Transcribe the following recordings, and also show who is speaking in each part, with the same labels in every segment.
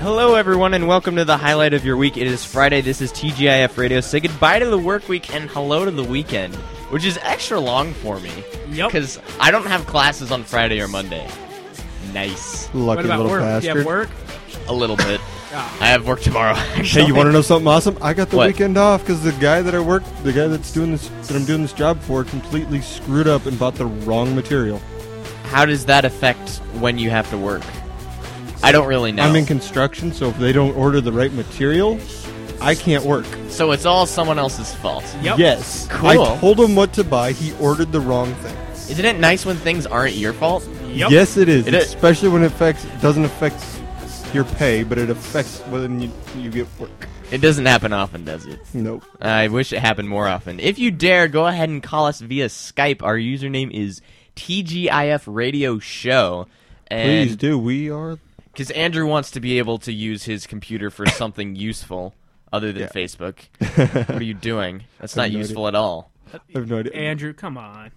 Speaker 1: Hello, everyone, and welcome to the highlight of your week. It is Friday. This is TGIF Radio. Say goodbye to the work week and hello to the weekend, which is extra long for me
Speaker 2: Yep.
Speaker 1: because I don't have classes on Friday or Monday. Nice,
Speaker 2: What
Speaker 3: Lucky
Speaker 2: about
Speaker 3: little
Speaker 2: work? You
Speaker 3: bastard.
Speaker 2: have work?
Speaker 1: a little bit.
Speaker 2: Ah.
Speaker 1: I have work tomorrow.
Speaker 3: Hey,
Speaker 1: Actually.
Speaker 3: you want to know something awesome? I got the
Speaker 1: What?
Speaker 3: weekend off because the guy that I work, the guy that's doing this, that I'm doing this job for, completely screwed up and bought the wrong material.
Speaker 1: How does that affect when you have to work? I don't really know.
Speaker 3: I'm in construction, so if they don't order the right material, I can't work.
Speaker 1: so it's all someone else's fault.
Speaker 2: Yep.
Speaker 3: Yes,
Speaker 1: Cool.
Speaker 3: I told him what to buy. He ordered the wrong thing.
Speaker 1: Isn't it nice when things aren't your fault?
Speaker 2: Yep.
Speaker 3: Yes, it is.
Speaker 1: It is.
Speaker 3: Especially when it affects doesn't affect your pay, but it affects whether you, you get work.
Speaker 1: It doesn't happen often, does it?
Speaker 3: Nope.
Speaker 1: I wish it happened more often. If you dare, go ahead and call us via Skype. Our username is TGIF Radio Show.
Speaker 3: Please
Speaker 1: And
Speaker 3: do. We are
Speaker 1: because Andrew wants to be able to use his computer for something useful other than
Speaker 3: Yeah.
Speaker 1: Facebook. what are you doing? That's not
Speaker 3: have no
Speaker 1: useful at all.
Speaker 3: I have no idea.
Speaker 2: Andrew, come on.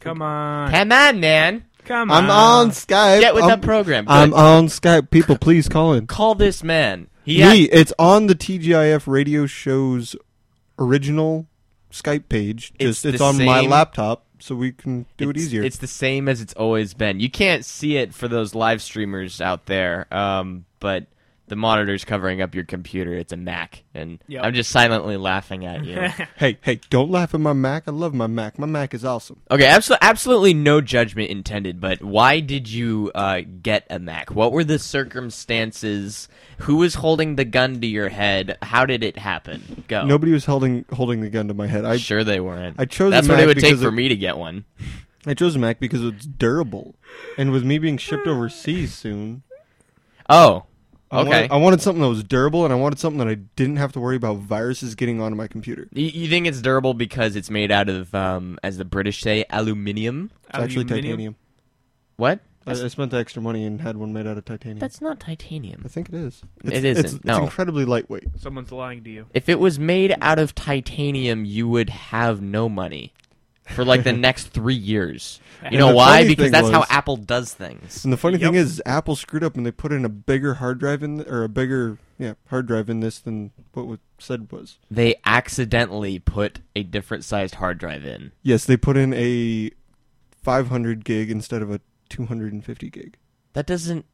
Speaker 2: Come on.
Speaker 1: Come on, man.
Speaker 2: Come on.
Speaker 3: I'm on Skype.
Speaker 1: uh, Get with
Speaker 3: I'm,
Speaker 1: the program.
Speaker 3: I'm
Speaker 1: Good.
Speaker 3: on Skype. People, please call in.
Speaker 1: Call this man. He
Speaker 3: um, Me,
Speaker 1: had-
Speaker 3: it's on the TGIF radio show's original Skype page.
Speaker 1: It's
Speaker 3: Just it's,
Speaker 1: the
Speaker 3: on my
Speaker 1: same-
Speaker 3: laptop, so we can do it
Speaker 1: it's-
Speaker 3: easier.
Speaker 1: It's the same as it's always been. You can't see it for those live streamers out there, um, but the monitor's covering up your computer. It's a Mac, and
Speaker 2: Yep.
Speaker 1: I'm just silently laughing at you.
Speaker 3: hey, hey, don't laugh at my Mac. I love my Mac. My Mac is awesome.
Speaker 1: okay, absolutely, absolutely no judgment intended. But why did you uh, get a Mac? What were the circumstances? Who was holding the gun to your head? How did it happen? Go.
Speaker 3: Nobody was holding holding the gun to my head. I
Speaker 1: Oh. sure they weren't.
Speaker 3: I chose a
Speaker 1: That's what
Speaker 3: Mac
Speaker 1: it would take
Speaker 3: because
Speaker 1: for
Speaker 3: of-
Speaker 1: me to get one.
Speaker 3: I chose a Mac because it's durable, and with me being shipped overseas soon,
Speaker 1: Oh,
Speaker 3: I
Speaker 1: okay.
Speaker 3: wanted, I wanted something that was durable, and I wanted something that I didn't have to worry about viruses getting onto my computer.
Speaker 1: You, you think it's durable because it's made out of, um, as the British say, aluminium?
Speaker 3: It's actually
Speaker 2: Aluminium?
Speaker 3: titanium.
Speaker 1: What?
Speaker 3: I, I spent the extra money and had one made out of titanium.
Speaker 1: That's not
Speaker 3: I
Speaker 1: titanium.
Speaker 3: think it is.
Speaker 1: It
Speaker 3: It's- It's,
Speaker 1: isn't,
Speaker 3: it's
Speaker 1: no.
Speaker 3: incredibly lightweight.
Speaker 2: Someone's lying to you.
Speaker 1: If it was made out of titanium, you would have no money for like the next three years. You
Speaker 2: And
Speaker 1: know
Speaker 3: the
Speaker 1: why?
Speaker 3: funny
Speaker 1: Because
Speaker 3: thing
Speaker 1: that's how
Speaker 3: was-
Speaker 1: Apple does things.
Speaker 3: And the funny thing
Speaker 2: Yep.
Speaker 3: is, Apple screwed up and they put in a bigger hard drive in, or a bigger yeah hard drive in this than what was said was.
Speaker 1: They accidentally put a different sized hard drive in.
Speaker 3: Yes, they put in a 500 gig instead of a 250 gig.
Speaker 1: That doesn't.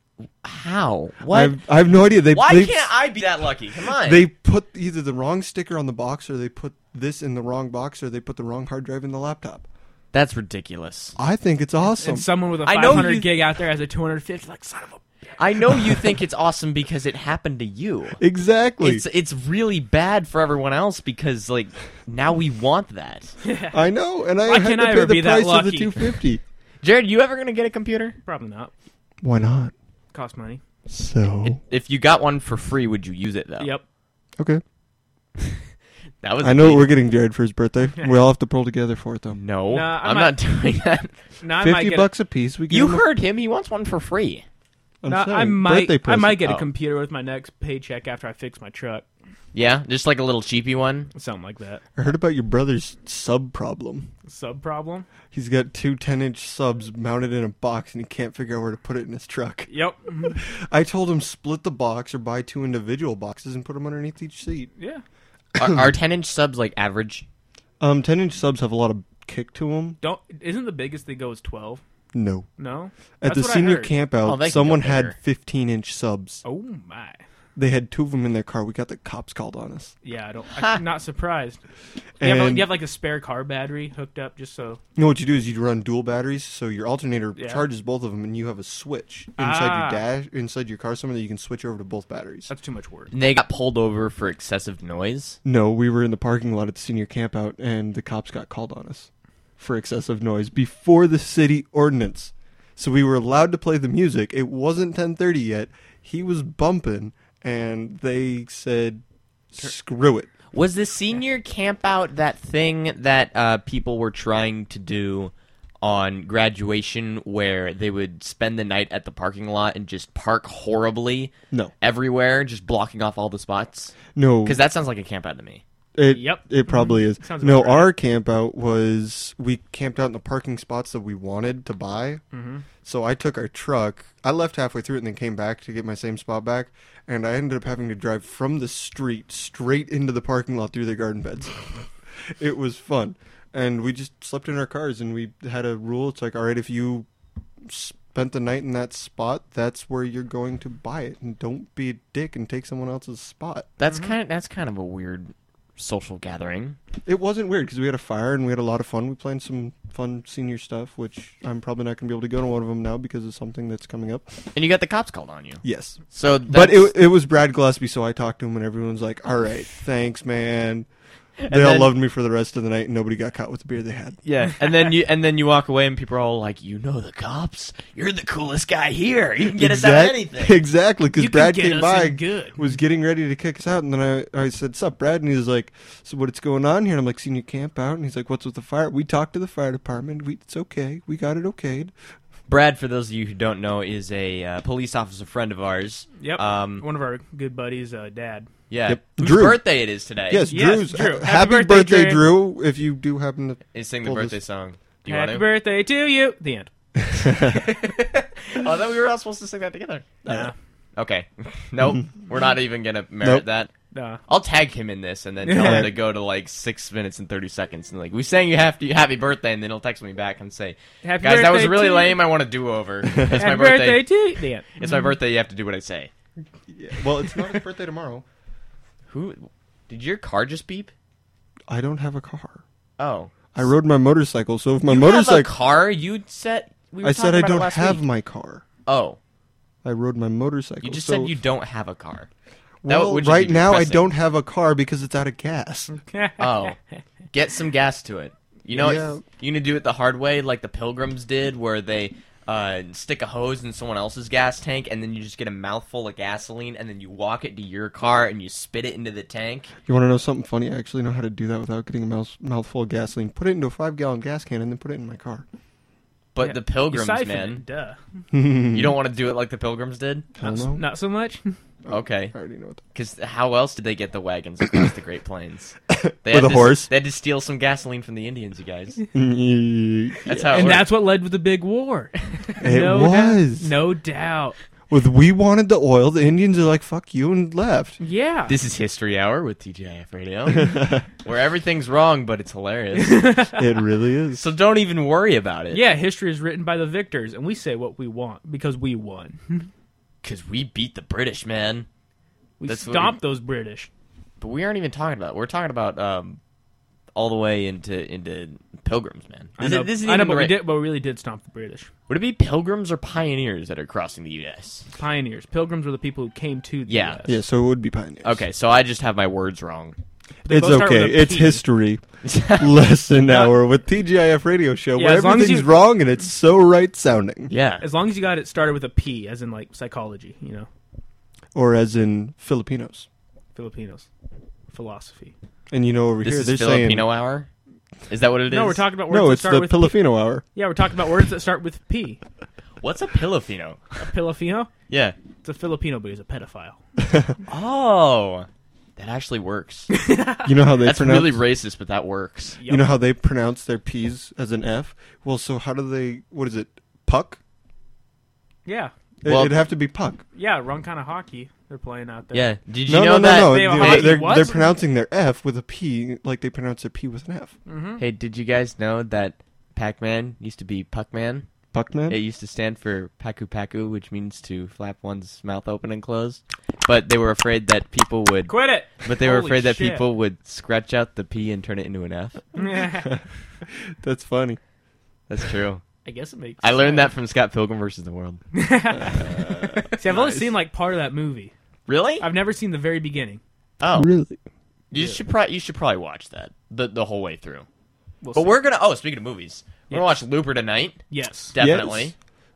Speaker 1: How? What?
Speaker 3: I've, I have no idea. They
Speaker 1: why
Speaker 3: they,
Speaker 1: can't I be that lucky? Come on.
Speaker 3: they put either the wrong sticker on the box, or they put this in the wrong box, or they put the wrong hard drive in the laptop.
Speaker 1: that's ridiculous.
Speaker 3: I think it's awesome.
Speaker 2: And someone with a
Speaker 1: I know
Speaker 2: 500
Speaker 1: you-
Speaker 2: gig out there has a 250. Like, son of a.
Speaker 1: I know you think it's awesome because it happened to you.
Speaker 3: exactly.
Speaker 1: It's it's really bad for everyone else because like now we want that.
Speaker 3: I know, and I
Speaker 2: Why
Speaker 3: had
Speaker 2: can't
Speaker 3: to
Speaker 2: I
Speaker 3: pay
Speaker 2: ever
Speaker 3: the
Speaker 2: be that
Speaker 3: price of the
Speaker 2: lucky?
Speaker 3: 250.
Speaker 1: Jared, you ever gonna get a computer?
Speaker 2: Probably not.
Speaker 3: Why not?
Speaker 2: Cost money.
Speaker 3: So
Speaker 1: If you got one for free, would you use
Speaker 3: Oh.
Speaker 1: it though?
Speaker 2: Yep.
Speaker 3: okay,
Speaker 1: That was
Speaker 3: I know what we're getting Jared for his birthday. We all have to pull together for it though.
Speaker 1: No,
Speaker 2: Nah, I
Speaker 1: I'm
Speaker 2: might-
Speaker 1: not doing that.
Speaker 2: No, I might
Speaker 3: Fifty
Speaker 2: get
Speaker 3: bucks a piece. We give
Speaker 1: You
Speaker 3: him a-
Speaker 1: heard him. He wants one for free.
Speaker 3: I'm
Speaker 2: A, no, I
Speaker 3: saying,
Speaker 2: might.
Speaker 3: birthday
Speaker 2: I
Speaker 3: present.
Speaker 2: might get
Speaker 1: Oh.
Speaker 2: a computer with my next paycheck after I fix my truck.
Speaker 1: Yeah, just like a little cheapy one.
Speaker 2: Something like that.
Speaker 3: I heard about your brother's sub problem.
Speaker 2: Sub problem.
Speaker 3: He's got two 10 inch subs mounted in a box and he can't figure out where to put it in his truck.
Speaker 2: Yep.
Speaker 3: I told him split the box or buy two individual boxes and put them underneath each seat.
Speaker 2: yeah.
Speaker 1: Are, are 10 inch subs like average?
Speaker 3: Um, 10 inch subs have a lot of kick to them.
Speaker 2: Don't. Isn't the biggest they go is 12?
Speaker 3: No.
Speaker 2: No. That's
Speaker 3: At the
Speaker 2: what I
Speaker 3: senior
Speaker 2: heard.
Speaker 3: camp
Speaker 1: Oh,
Speaker 3: out,
Speaker 1: they can go
Speaker 3: someone had
Speaker 1: bigger.
Speaker 3: 15 inch subs.
Speaker 2: Oh my.
Speaker 3: They had two of them in their car. We got the cops called on us.
Speaker 2: Yeah, I don't. I'm not surprised. You have, a,
Speaker 3: And-
Speaker 2: you have like a spare car battery hooked up just so.
Speaker 3: You know what you do is you run dual batteries, so your alternator
Speaker 2: Yeah.
Speaker 3: charges both of them, and you have a switch inside
Speaker 2: Ah.
Speaker 3: your dash, inside your car, somewhere that you can switch over to both batteries.
Speaker 2: That's too much work.
Speaker 1: And they got pulled over for excessive noise.
Speaker 3: No, we were in the parking lot at the senior campout, and the cops got called on us for excessive noise before the city ordinance. So we were allowed to play the music. It wasn't 10:30 yet. He was bumping, and they said, "Screw it."
Speaker 1: Was the senior camp out that thing that uh, people were trying to do on graduation where they would spend the night at the parking lot and just park horribly
Speaker 3: No,
Speaker 1: everywhere, just blocking off all the spots?
Speaker 3: no,
Speaker 1: Because that sounds like a camp out to me.
Speaker 3: It,
Speaker 2: Yep. Mm-hmm.
Speaker 3: It probably is.
Speaker 2: Sounds
Speaker 3: no,
Speaker 2: about right.
Speaker 3: our camp out was we camped out in the parking spots that we wanted to buy.
Speaker 2: Mm-hmm.
Speaker 3: So I took our truck. I left halfway through it and then came back to get my same spot back. And I ended up having to drive from the street straight into the parking lot through the garden beds. it was fun. And we just slept in our cars and we had a rule. It's like, all right, if you spent the night in that spot, that's where you're going to buy it. And don't be a dick and take someone else's spot.
Speaker 1: That's kind of that's kind of a weird social gathering.
Speaker 3: It wasn't weird because we had a fire and we had a lot of fun. We planned some fun senior stuff, which I'm probably not going to be able to go to one of them now because of something that's coming up.
Speaker 1: And you got the cops called on you.
Speaker 3: Yes.
Speaker 1: So
Speaker 3: But
Speaker 1: that's,
Speaker 3: it, it was Brad Gillespie, so I talked to him, and everyone's like, "All right, thanks, man." They all
Speaker 1: then-
Speaker 3: loved me for the rest of the night, and nobody got caught with the beer they had.
Speaker 1: yeah, and then you and then you walk away, and people are all like, "You know the cops? You're the coolest guy here. You can get us out of
Speaker 3: Exact-
Speaker 1: anything."
Speaker 3: Exactly, because
Speaker 2: You can
Speaker 3: Brad
Speaker 2: get
Speaker 3: came
Speaker 2: us
Speaker 3: by,
Speaker 2: in good.
Speaker 3: was getting ready to kick us out, and then I, I said, "Sup, Brad?" And he was like, "So what's going on here?" And I'm like, "Senior camp out," and he's like, "What's with the fire?" We talked to the fire department. We, it's okay. We got it okayed.
Speaker 1: Brad, for those of you who don't know, is a uh, police officer friend of ours.
Speaker 2: Yep.
Speaker 1: Um,
Speaker 2: One of our good buddies, uh, Dad.
Speaker 1: yeah.
Speaker 3: Yep.
Speaker 1: Whose
Speaker 3: Drew.
Speaker 1: birthday it is today?
Speaker 3: Yes,
Speaker 2: Yes,
Speaker 3: Drew's
Speaker 2: Drew.
Speaker 3: ha-
Speaker 2: Happy
Speaker 3: happy,
Speaker 2: birthday,
Speaker 3: birthday,
Speaker 2: Drew.
Speaker 3: Drew. If you do happen to
Speaker 1: Is sing the
Speaker 3: Well,
Speaker 1: birthday
Speaker 3: this-
Speaker 1: song. Do you
Speaker 2: Happy
Speaker 1: want
Speaker 2: birthday to you. The end.
Speaker 1: to? Oh, then we were all supposed to sing that together.
Speaker 2: Nah.
Speaker 1: Okay. nope. We're not even gonna merit
Speaker 3: Nope.
Speaker 1: that.
Speaker 2: Nah.
Speaker 1: I'll tag him in this and then tell
Speaker 3: Yeah.
Speaker 1: him to go to like six minutes and thirty seconds and like we sang you happy happy birthday and then he'll text me back and say
Speaker 2: Happy
Speaker 1: guys that was
Speaker 2: birthday
Speaker 1: really
Speaker 2: to-
Speaker 1: lame I want to do over it's my
Speaker 2: Happy
Speaker 1: birthday,
Speaker 2: to you. The end.
Speaker 1: it's my birthday you have to do what I say
Speaker 3: Yeah. Well, it's not his birthday tomorrow.
Speaker 1: who did your car just beep
Speaker 3: I don't have a car.
Speaker 1: oh
Speaker 3: I rode my motorcycle, so if my
Speaker 1: You have a
Speaker 3: motorcycle,
Speaker 1: car you said we were
Speaker 3: I said
Speaker 1: talking
Speaker 3: I
Speaker 1: about it
Speaker 3: don't
Speaker 1: last
Speaker 3: have
Speaker 1: week.
Speaker 3: my car.
Speaker 1: oh
Speaker 3: I rode my motorcycle.
Speaker 1: you just
Speaker 3: so,
Speaker 1: said you don't have a car That
Speaker 3: Well,
Speaker 1: would just
Speaker 3: right
Speaker 1: be
Speaker 3: now I
Speaker 1: depressing.
Speaker 3: don't have a car because it's out of gas.
Speaker 1: oh get some gas to it you know
Speaker 3: Yeah.
Speaker 1: you gonna do it the hard way like the pilgrims did where they uh, stick a hose in someone else's gas tank and then you just get a mouthful of gasoline and then you walk it to your car and you spit it into the tank
Speaker 3: You want to know something funny? I actually know how to do that without getting a mouth, mouthful of gasoline. Put it into a five-gallon gas can and then put it in my car.
Speaker 1: but
Speaker 2: Yeah.
Speaker 1: the
Speaker 2: You
Speaker 1: pilgrims
Speaker 2: siphon
Speaker 1: man
Speaker 2: it, Duh.
Speaker 3: Mm-hmm.
Speaker 1: you don't want to do it like the pilgrims did
Speaker 3: I
Speaker 2: Not, s-
Speaker 3: don't know.
Speaker 2: not so much.
Speaker 1: okay
Speaker 3: I already know what.
Speaker 1: because how else did they get the wagons across the great plains they
Speaker 3: With
Speaker 1: had
Speaker 3: a
Speaker 1: to,
Speaker 3: horse?
Speaker 1: they had to steal some gasoline from the indians you guys
Speaker 3: Mm, That
Speaker 1: that's how it
Speaker 2: and
Speaker 1: worked.
Speaker 2: that's what led to the big war.
Speaker 3: It
Speaker 2: no
Speaker 3: was.
Speaker 2: Doubt, no doubt.
Speaker 3: With we wanted the oil, the Indians are like "fuck you" and left.
Speaker 2: Yeah.
Speaker 1: this is history hour with tgif radio where everything's wrong but it's hilarious
Speaker 3: It really is.
Speaker 1: So don't even worry about it.
Speaker 2: yeah, history is written by the victors, and we say what we want because we won.
Speaker 1: Because we beat the British, man.
Speaker 2: We
Speaker 1: That's what
Speaker 2: stomped those British.
Speaker 1: But we aren't even talking about. We're talking about um, all the way into into pilgrims, man.
Speaker 2: I
Speaker 1: Is it-
Speaker 2: know,
Speaker 1: this isn't
Speaker 2: I know
Speaker 1: even
Speaker 2: but,
Speaker 1: the
Speaker 2: we
Speaker 1: right-
Speaker 2: did, but we really did stomp the British.
Speaker 1: Would it be pilgrims or pioneers that are crossing the U.S.?
Speaker 2: Pioneers. Pilgrims were the people who came to the
Speaker 1: Yeah.
Speaker 2: US.
Speaker 3: Yeah, so it would be pioneers.
Speaker 1: Okay, so I just have my words wrong.
Speaker 2: They
Speaker 3: it's
Speaker 2: both start with
Speaker 3: okay.
Speaker 2: a
Speaker 3: It's
Speaker 2: P.
Speaker 3: history. Lesson hour with TGIF Radio Show,
Speaker 2: Yeah,
Speaker 3: where
Speaker 2: as long as
Speaker 3: everything's
Speaker 2: you-
Speaker 3: wrong and it's so right sounding,
Speaker 1: Yeah.
Speaker 2: As long as you got it started with a P, as in like psychology, you know,
Speaker 3: or as in Filipinos.
Speaker 2: Filipinos, philosophy.
Speaker 3: And you know over
Speaker 1: This
Speaker 3: here
Speaker 1: is
Speaker 3: they're
Speaker 1: Filipino hour. Is that what it is?
Speaker 2: no, we're talking about
Speaker 3: saying
Speaker 2: words
Speaker 3: no.
Speaker 2: that
Speaker 3: It's
Speaker 2: start
Speaker 3: the
Speaker 2: with
Speaker 3: Filipino hour.
Speaker 2: P. Yeah, we're talking about words that start with P.
Speaker 1: What's a Filipino?
Speaker 2: A Filipino?
Speaker 1: Yeah.
Speaker 2: It's a Filipino, but he's a pedophile.
Speaker 1: Oh, that actually works.
Speaker 3: You know how they
Speaker 1: That's
Speaker 3: pronounce.
Speaker 1: really racist, but that works.
Speaker 3: you know how they pronounce their p's as an f. Well, so how do they? What is it? Puck.
Speaker 2: Yeah.
Speaker 3: It,
Speaker 1: Well-
Speaker 3: would have to be puck.
Speaker 2: Yeah, wrong kind of hockey they're playing out there.
Speaker 1: Yeah. Did you
Speaker 3: no,
Speaker 1: know
Speaker 3: no,
Speaker 1: that?
Speaker 3: no,
Speaker 2: they have a
Speaker 3: no,
Speaker 2: hockey-
Speaker 3: They, are
Speaker 2: what?
Speaker 3: they're pronouncing their f with a p, like they pronounce their p with an f.
Speaker 2: Mm-hmm.
Speaker 1: Hey, did you guys know that Pac-Man used to be Puckman?
Speaker 3: Puckman.
Speaker 1: It used to stand for paku paku, which means to flap one's mouth open and closed. But they were afraid that people would.
Speaker 2: Quit it.
Speaker 1: But they were
Speaker 2: Holy
Speaker 1: afraid that
Speaker 2: shit.
Speaker 1: people would scratch out the P and turn it into an F.
Speaker 2: I
Speaker 3: That's funny.
Speaker 1: That's true.
Speaker 2: guess it makes.
Speaker 1: I learned
Speaker 2: sense.
Speaker 1: that from Scott Pilgrim versus the World.
Speaker 2: See, I've only seen like part of that movie.
Speaker 1: Really?
Speaker 2: I've never seen the very beginning.
Speaker 1: Oh,
Speaker 3: Really.
Speaker 1: you should probably you should probably watch that the the whole way through.
Speaker 2: We'll
Speaker 1: But
Speaker 2: see.
Speaker 1: we're gonna. Oh, speaking of movies, we're gonna
Speaker 2: Yes.
Speaker 1: watch Looper tonight.
Speaker 2: yes.
Speaker 1: Definitely.
Speaker 3: Yes.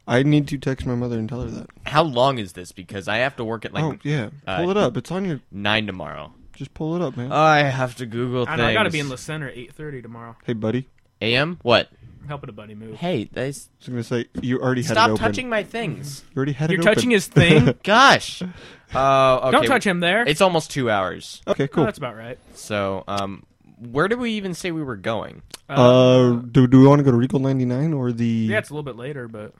Speaker 3: I need to text my mother and tell her that.
Speaker 1: How long is this? Because I have to work at like
Speaker 3: oh yeah,
Speaker 1: uh,
Speaker 3: pull it up. It's on your.
Speaker 1: nine tomorrow.
Speaker 3: Just pull it up, man.
Speaker 1: I have to Google
Speaker 2: I,
Speaker 1: things.
Speaker 2: know, I gotta be in the center at eight thirty tomorrow.
Speaker 3: hey, buddy.
Speaker 1: AM. What?
Speaker 2: helping a buddy move.
Speaker 1: Hey, that's,
Speaker 3: was gonna say you already had it
Speaker 1: stop
Speaker 3: open.
Speaker 1: touching my things.
Speaker 3: You already had
Speaker 2: You're
Speaker 3: it open.
Speaker 2: touching his thing.
Speaker 1: Gosh. Uh, okay.
Speaker 2: Don't touch him there.
Speaker 1: It's almost two hours.
Speaker 3: okay,
Speaker 2: Oh,
Speaker 3: cool.
Speaker 2: that's about right.
Speaker 1: So, um, where did we even say we were going?
Speaker 3: Uh, do, do we want to go to Regal 99 or the
Speaker 2: yeah, it's a little bit later, but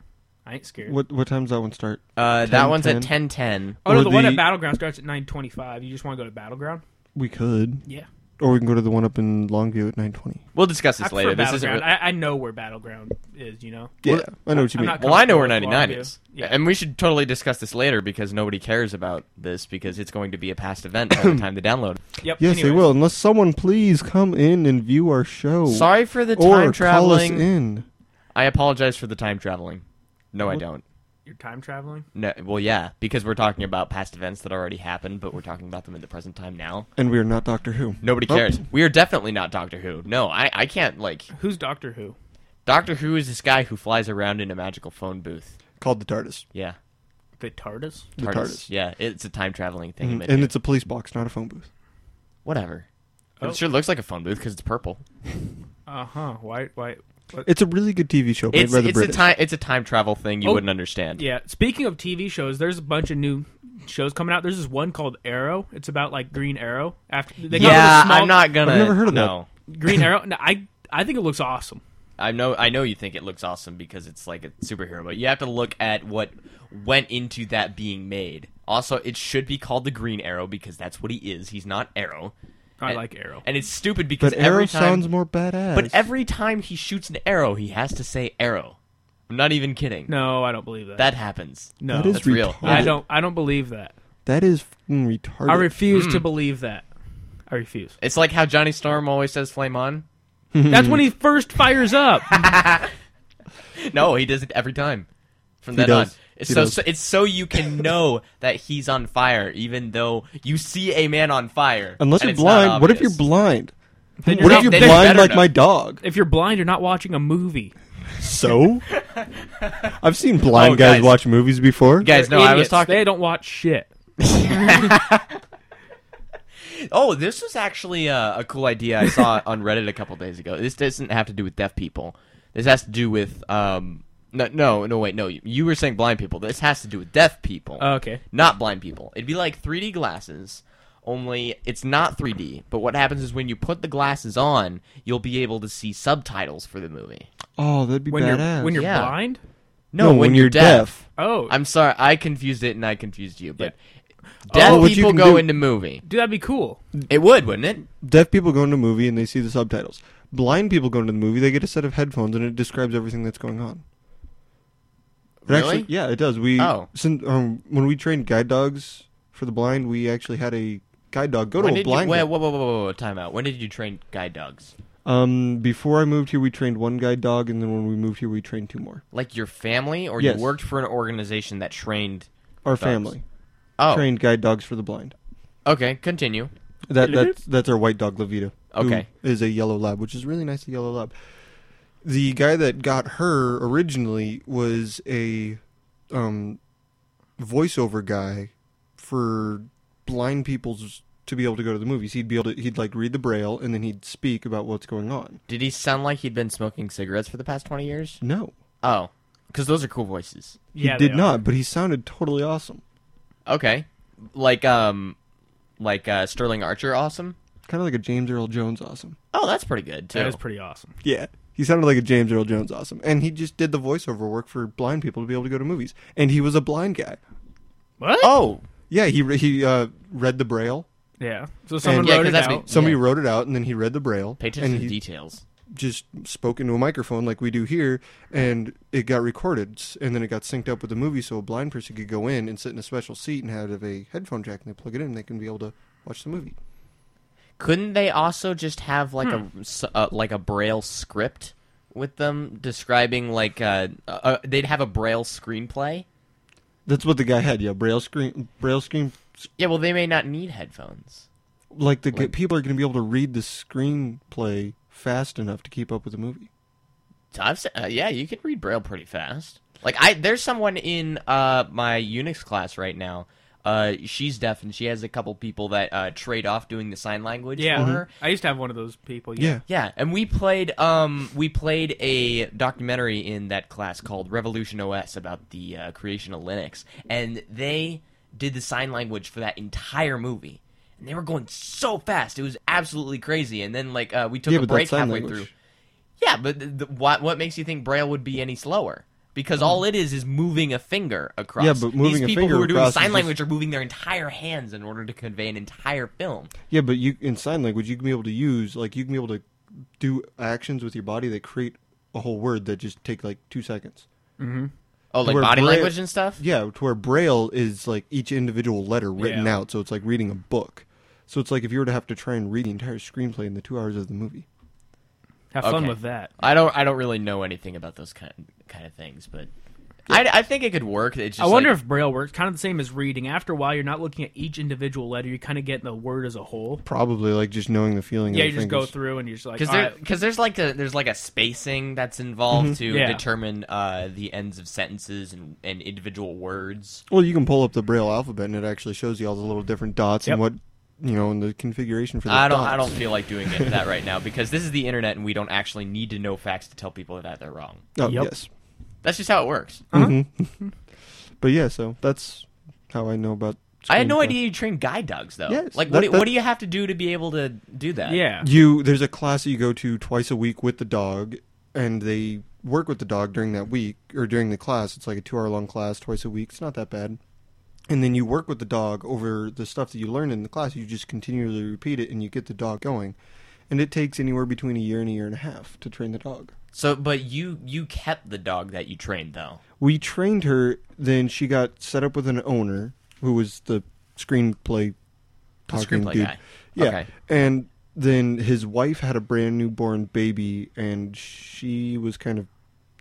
Speaker 2: I ain't scared.
Speaker 3: what what time's that one start?
Speaker 1: Uh, that one's at
Speaker 3: 10.
Speaker 1: ten ten.
Speaker 2: oh no,
Speaker 3: or
Speaker 2: the, one
Speaker 3: the-
Speaker 2: at Battleground starts at nine twenty-five. You just want to go to Battleground?
Speaker 3: We could,
Speaker 2: Yeah,
Speaker 3: or we can go to the one up in Longview at 9:20.
Speaker 1: We'll discuss
Speaker 2: I
Speaker 1: this
Speaker 2: prefer
Speaker 1: later. This isn't.
Speaker 2: Battleground.
Speaker 1: Really-
Speaker 2: I, I know where Battleground is. You know,
Speaker 3: Yeah, I know what you
Speaker 2: I'm
Speaker 3: mean.
Speaker 2: not-
Speaker 1: well, I know where ninety
Speaker 2: Comfortable
Speaker 1: nine
Speaker 2: with
Speaker 1: is,
Speaker 2: Longview. Yeah.
Speaker 1: and we should totally discuss this later because nobody cares about this because it's going to be a past event by the time the download.
Speaker 2: Yep.
Speaker 3: yes, they
Speaker 2: anyways.
Speaker 3: will. Unless someone please come in and view our show.
Speaker 1: Sorry for the
Speaker 3: or
Speaker 1: time
Speaker 3: call us
Speaker 1: traveling.
Speaker 3: in.
Speaker 1: I apologize for the time traveling. No, I
Speaker 3: What?
Speaker 1: don't.
Speaker 2: You're time traveling.
Speaker 1: No, well, yeah, because we're talking about past events that already happened, but we're talking about them in the present time now.
Speaker 3: And we are not Doctor Who.
Speaker 1: Nobody
Speaker 3: Oh.
Speaker 1: cares. We are definitely not Doctor Who. No, I, I can't like
Speaker 2: Who's Doctor Who?
Speaker 1: Doctor Who is this guy who flies around in a magical phone booth.
Speaker 3: Called the TARDIS.
Speaker 1: Yeah,
Speaker 2: The TARDIS.
Speaker 3: The TARDIS.
Speaker 1: Yeah, it's a time traveling thing.
Speaker 3: Mhm.
Speaker 1: but
Speaker 3: And it's a police box, not a phone booth.
Speaker 1: whatever. But
Speaker 2: Oh.
Speaker 1: It sure looks like a phone booth because it's purple.
Speaker 2: Uh huh. Why? Why? What?
Speaker 3: It's a really good TV show made
Speaker 1: It's,
Speaker 3: by the
Speaker 1: it's a
Speaker 3: British.
Speaker 1: time it's a time travel thing you
Speaker 2: Oh.
Speaker 1: wouldn't understand.
Speaker 2: Yeah. Speaking of TV shows, there's a bunch of new shows coming out. There's this one called Arrow. It's about like Green Arrow. After they got
Speaker 1: Yeah,
Speaker 2: this small-
Speaker 1: I'm not gonna.
Speaker 3: I've never heard of that.
Speaker 1: no.
Speaker 2: Green Arrow. No, I I think it looks awesome.
Speaker 1: I know I know you think it looks awesome because it's like a superhero, but you have to look at what went into that being made. Also, it should be called the Green Arrow because that's what he is. He's not Arrow.
Speaker 2: I
Speaker 1: And-
Speaker 2: like Arrow.
Speaker 1: And it's stupid because
Speaker 3: but
Speaker 1: every
Speaker 3: Arrow
Speaker 1: time
Speaker 3: sounds more badass.
Speaker 1: But every time he shoots an arrow, he has to say arrow. I'm not even kidding.
Speaker 2: No, I don't believe that.
Speaker 1: That happens.
Speaker 2: no,
Speaker 3: that is
Speaker 1: that's real.
Speaker 3: retarded.
Speaker 2: I don't. I don't believe that.
Speaker 3: That is fing retarded.
Speaker 2: I refuse
Speaker 1: Hmm.
Speaker 2: to believe that. I refuse.
Speaker 1: It's like how Johnny Storm always says flame on.
Speaker 3: Hmm.
Speaker 2: That's when he first fires up.
Speaker 1: No, he does it every time. From
Speaker 3: He
Speaker 1: then
Speaker 3: does.
Speaker 1: on.
Speaker 3: He
Speaker 1: It's so,
Speaker 3: does.
Speaker 1: so it's so you can know that he's on fire, even though you see a man on fire.
Speaker 3: Unless
Speaker 1: and
Speaker 3: you're
Speaker 1: it's not
Speaker 3: blind. What if you're
Speaker 1: obvious.
Speaker 3: blind?
Speaker 2: Then you're
Speaker 3: what if
Speaker 2: not-
Speaker 3: you're
Speaker 1: then you
Speaker 3: blind
Speaker 1: better
Speaker 3: like
Speaker 1: know.
Speaker 3: my dog?
Speaker 2: if you're blind, you're not watching a movie.
Speaker 3: So? I've seen blind
Speaker 1: Oh,
Speaker 3: guys,
Speaker 1: guys.
Speaker 3: watch movies before.
Speaker 1: Guys, no, I was
Speaker 2: Idiots.
Speaker 1: talking.
Speaker 2: They don't watch shit.
Speaker 1: Oh, this was actually uh, a, a cool idea I saw on Reddit a couple days ago. This doesn't have to do with deaf people. This has to do with um no no no wait no you, you were saying blind people. This has to do with deaf people.
Speaker 2: Oh, okay.
Speaker 1: Not blind people. It'd be like 3D glasses. Only it's not 3D, but what happens is when you put the glasses on, you'll be able to see subtitles for the movie.
Speaker 3: Oh, that'd be
Speaker 2: When
Speaker 3: badass.
Speaker 2: you're when you're
Speaker 1: Yeah.
Speaker 2: blind.
Speaker 1: No, when, you're, deaf.
Speaker 2: Oh,
Speaker 1: I'm sorry, I confused it and I confused you, but
Speaker 3: Oh,
Speaker 1: deaf
Speaker 3: what you
Speaker 1: people
Speaker 3: can
Speaker 1: go
Speaker 3: do-
Speaker 1: into movie.
Speaker 2: dude, that'd be cool.
Speaker 1: It would, wouldn't it?
Speaker 3: deaf people go into a movie and they see the subtitles. Blind people go into the movie, they get a set of headphones and it describes everything that's going on. It
Speaker 1: Really?
Speaker 3: Actually, yeah, it does. We
Speaker 1: Oh.
Speaker 3: since, um, when we trained guide dogs for the blind, we actually had a guide dog go
Speaker 1: When
Speaker 3: to a
Speaker 1: did
Speaker 3: blind.
Speaker 1: You, wait,
Speaker 3: guy.
Speaker 1: whoa, whoa, whoa, whoa, whoa, time out. When did you train guide dogs?
Speaker 3: Um, before I moved here, we trained one guide dog, and then when we moved here, we trained two more.
Speaker 1: Like your family, or
Speaker 3: Yes.
Speaker 1: you worked for an organization that trained?
Speaker 3: Our
Speaker 1: Dogs.
Speaker 3: family
Speaker 1: Oh,
Speaker 3: trained guide dogs for the blind.
Speaker 1: okay. Continue.
Speaker 3: That that's that's our white dog Levita. who
Speaker 1: Okay.
Speaker 3: is a yellow lab, which is really nice. A yellow lab. The guy that got her originally was a um, voiceover guy for blind people's to be able to go to the movies. He'd be able to he'd like read the braille and then he'd speak about what's going on.
Speaker 1: Did he sound like he'd been smoking cigarettes for the past twenty years?
Speaker 3: No,
Speaker 1: Oh, because those are cool voices.
Speaker 3: he
Speaker 2: Yeah, they
Speaker 3: did
Speaker 2: are.
Speaker 3: not, but he sounded totally awesome.
Speaker 1: Okay, like um, like uh, Sterling Archer, awesome.
Speaker 3: Kind of like a James Earl Jones awesome.
Speaker 1: Oh, that's pretty good too.
Speaker 2: That is pretty awesome.
Speaker 3: Yeah. He sounded like a James Earl Jones awesome. And he just did the voiceover work for blind people to be able to go to movies. And he was a blind guy.
Speaker 2: What?
Speaker 1: oh,
Speaker 3: Yeah, he re- he uh, read the braille.
Speaker 2: Yeah. So someone
Speaker 3: And- Yeah,
Speaker 2: wrote
Speaker 1: 'cause
Speaker 2: it
Speaker 1: that's
Speaker 2: out.
Speaker 1: me.
Speaker 3: Somebody
Speaker 1: Yeah.
Speaker 3: wrote it out, and then he read the braille,
Speaker 1: pay attention
Speaker 3: and
Speaker 1: to the
Speaker 3: he
Speaker 1: details.
Speaker 3: just spoke into a microphone like we do here, and it got recorded, s- and then it got synced up with the movie, so a blind person could go in and sit in a special seat and have a headphone jack, and they plug it in, and they can be able to watch the movie.
Speaker 1: Couldn't they also just have like
Speaker 2: Hmm.
Speaker 1: a s a like a braille script with them describing like uh, uh they'd have a braille screenplay?
Speaker 3: That's what the guy had, yeah. Braille screen, braille screen, s-
Speaker 1: Yeah, well, they may not need headphones.
Speaker 3: like the g
Speaker 1: Like-
Speaker 3: people are going to be able to read the screenplay fast enough to keep up with the movie.
Speaker 1: So I've said, uh, yeah, you can read braille pretty fast. Like I, there's someone in uh my Unix class right now Uh, she's deaf and she has a couple people that uh, trade off doing the sign language
Speaker 2: Yeah, Mm-hmm.
Speaker 1: for her.
Speaker 2: I used to have one of those people.
Speaker 3: Mm-hmm. Yeah.
Speaker 2: Yeah,
Speaker 1: Yeah, and we played um we played a documentary in that class called Revolution OS about the uh, creation of Linux, and they did the sign language for that entire movie, and they were going so fast it was absolutely crazy. And then like uh, we took
Speaker 3: Yeah,
Speaker 1: a
Speaker 3: but
Speaker 1: break
Speaker 3: that's sign
Speaker 1: halfway
Speaker 3: language.
Speaker 1: through. Yeah, but th th what what makes you think Braille would be any slower? Because all it is is moving a finger across.
Speaker 3: Mm. Yeah, but moving
Speaker 1: These
Speaker 3: a
Speaker 1: people
Speaker 3: finger
Speaker 1: who are doing
Speaker 3: across
Speaker 1: sign
Speaker 3: is just-
Speaker 1: language are moving their entire hands in order to convey an entire film.
Speaker 3: Yeah, but you in sign language you can be able to use like you can be able to do actions with your body that create a whole word that just take like two seconds.
Speaker 1: Oh, like
Speaker 3: Where
Speaker 1: body
Speaker 3: Braille-
Speaker 1: language and stuff.
Speaker 3: Yeah, to where Braille is like each individual letter written
Speaker 2: Yeah.
Speaker 3: out, so it's like reading a book. So it's like if you were to have to try and read the entire screenplay in the two hours of the movie.
Speaker 2: have fun
Speaker 1: Okay.
Speaker 2: with that.
Speaker 1: I don't I don't really know anything about those kind kind of things, but I, I think it could work. It's just
Speaker 2: I wonder
Speaker 1: like-
Speaker 2: if Braille works. Kind of the same as reading. After a while, you're not looking at each individual letter. You're kind of getting the word as a whole.
Speaker 3: Probably like just knowing the feeling.
Speaker 2: Yeah,
Speaker 3: of
Speaker 2: you
Speaker 3: the
Speaker 2: just go
Speaker 3: fingers.
Speaker 2: through and you're just like,
Speaker 1: because
Speaker 2: all
Speaker 1: there,
Speaker 2: right,
Speaker 1: cause there's like a there's like a spacing that's involved to
Speaker 2: Yeah.
Speaker 1: determine uh, the ends of sentences and, and individual words.
Speaker 3: Well, you can pull up the Braille alphabet, and it actually shows you all the little different dots
Speaker 2: Yep.
Speaker 3: and what you know, and the configuration for the
Speaker 1: I don't
Speaker 3: dots.
Speaker 1: I don't feel like doing any of that right now because this is the internet and we don't actually need to know facts to tell people that they're wrong.
Speaker 3: Oh,
Speaker 2: Yep.
Speaker 3: yes.
Speaker 1: That's just how it works.
Speaker 3: But yeah, so that's how I know about.
Speaker 1: I had no
Speaker 3: screenplay.
Speaker 1: idea you train guide dogs though.
Speaker 3: Yes,
Speaker 1: like what
Speaker 3: that-
Speaker 1: do, what
Speaker 3: that-
Speaker 1: do you have to do to be able to do that?
Speaker 2: yeah,
Speaker 3: You there's a class that you go to twice a week with the dog, and they work with the dog during that week or during the class. It's like a two hour long class twice a week. It's not that bad. And then you work with the dog over the stuff that you learn in the class. You just continually repeat it, and you get the dog going. And it takes anywhere between a year and a year and a half to train the dog.
Speaker 1: So but you you kept the dog that you trained though.
Speaker 3: we trained her then she got set up with an owner who was the screenplay talking
Speaker 1: screenplay
Speaker 3: dude
Speaker 1: guy.
Speaker 3: yeah
Speaker 1: Okay.
Speaker 3: and then his wife had a brand newborn baby and she was kind of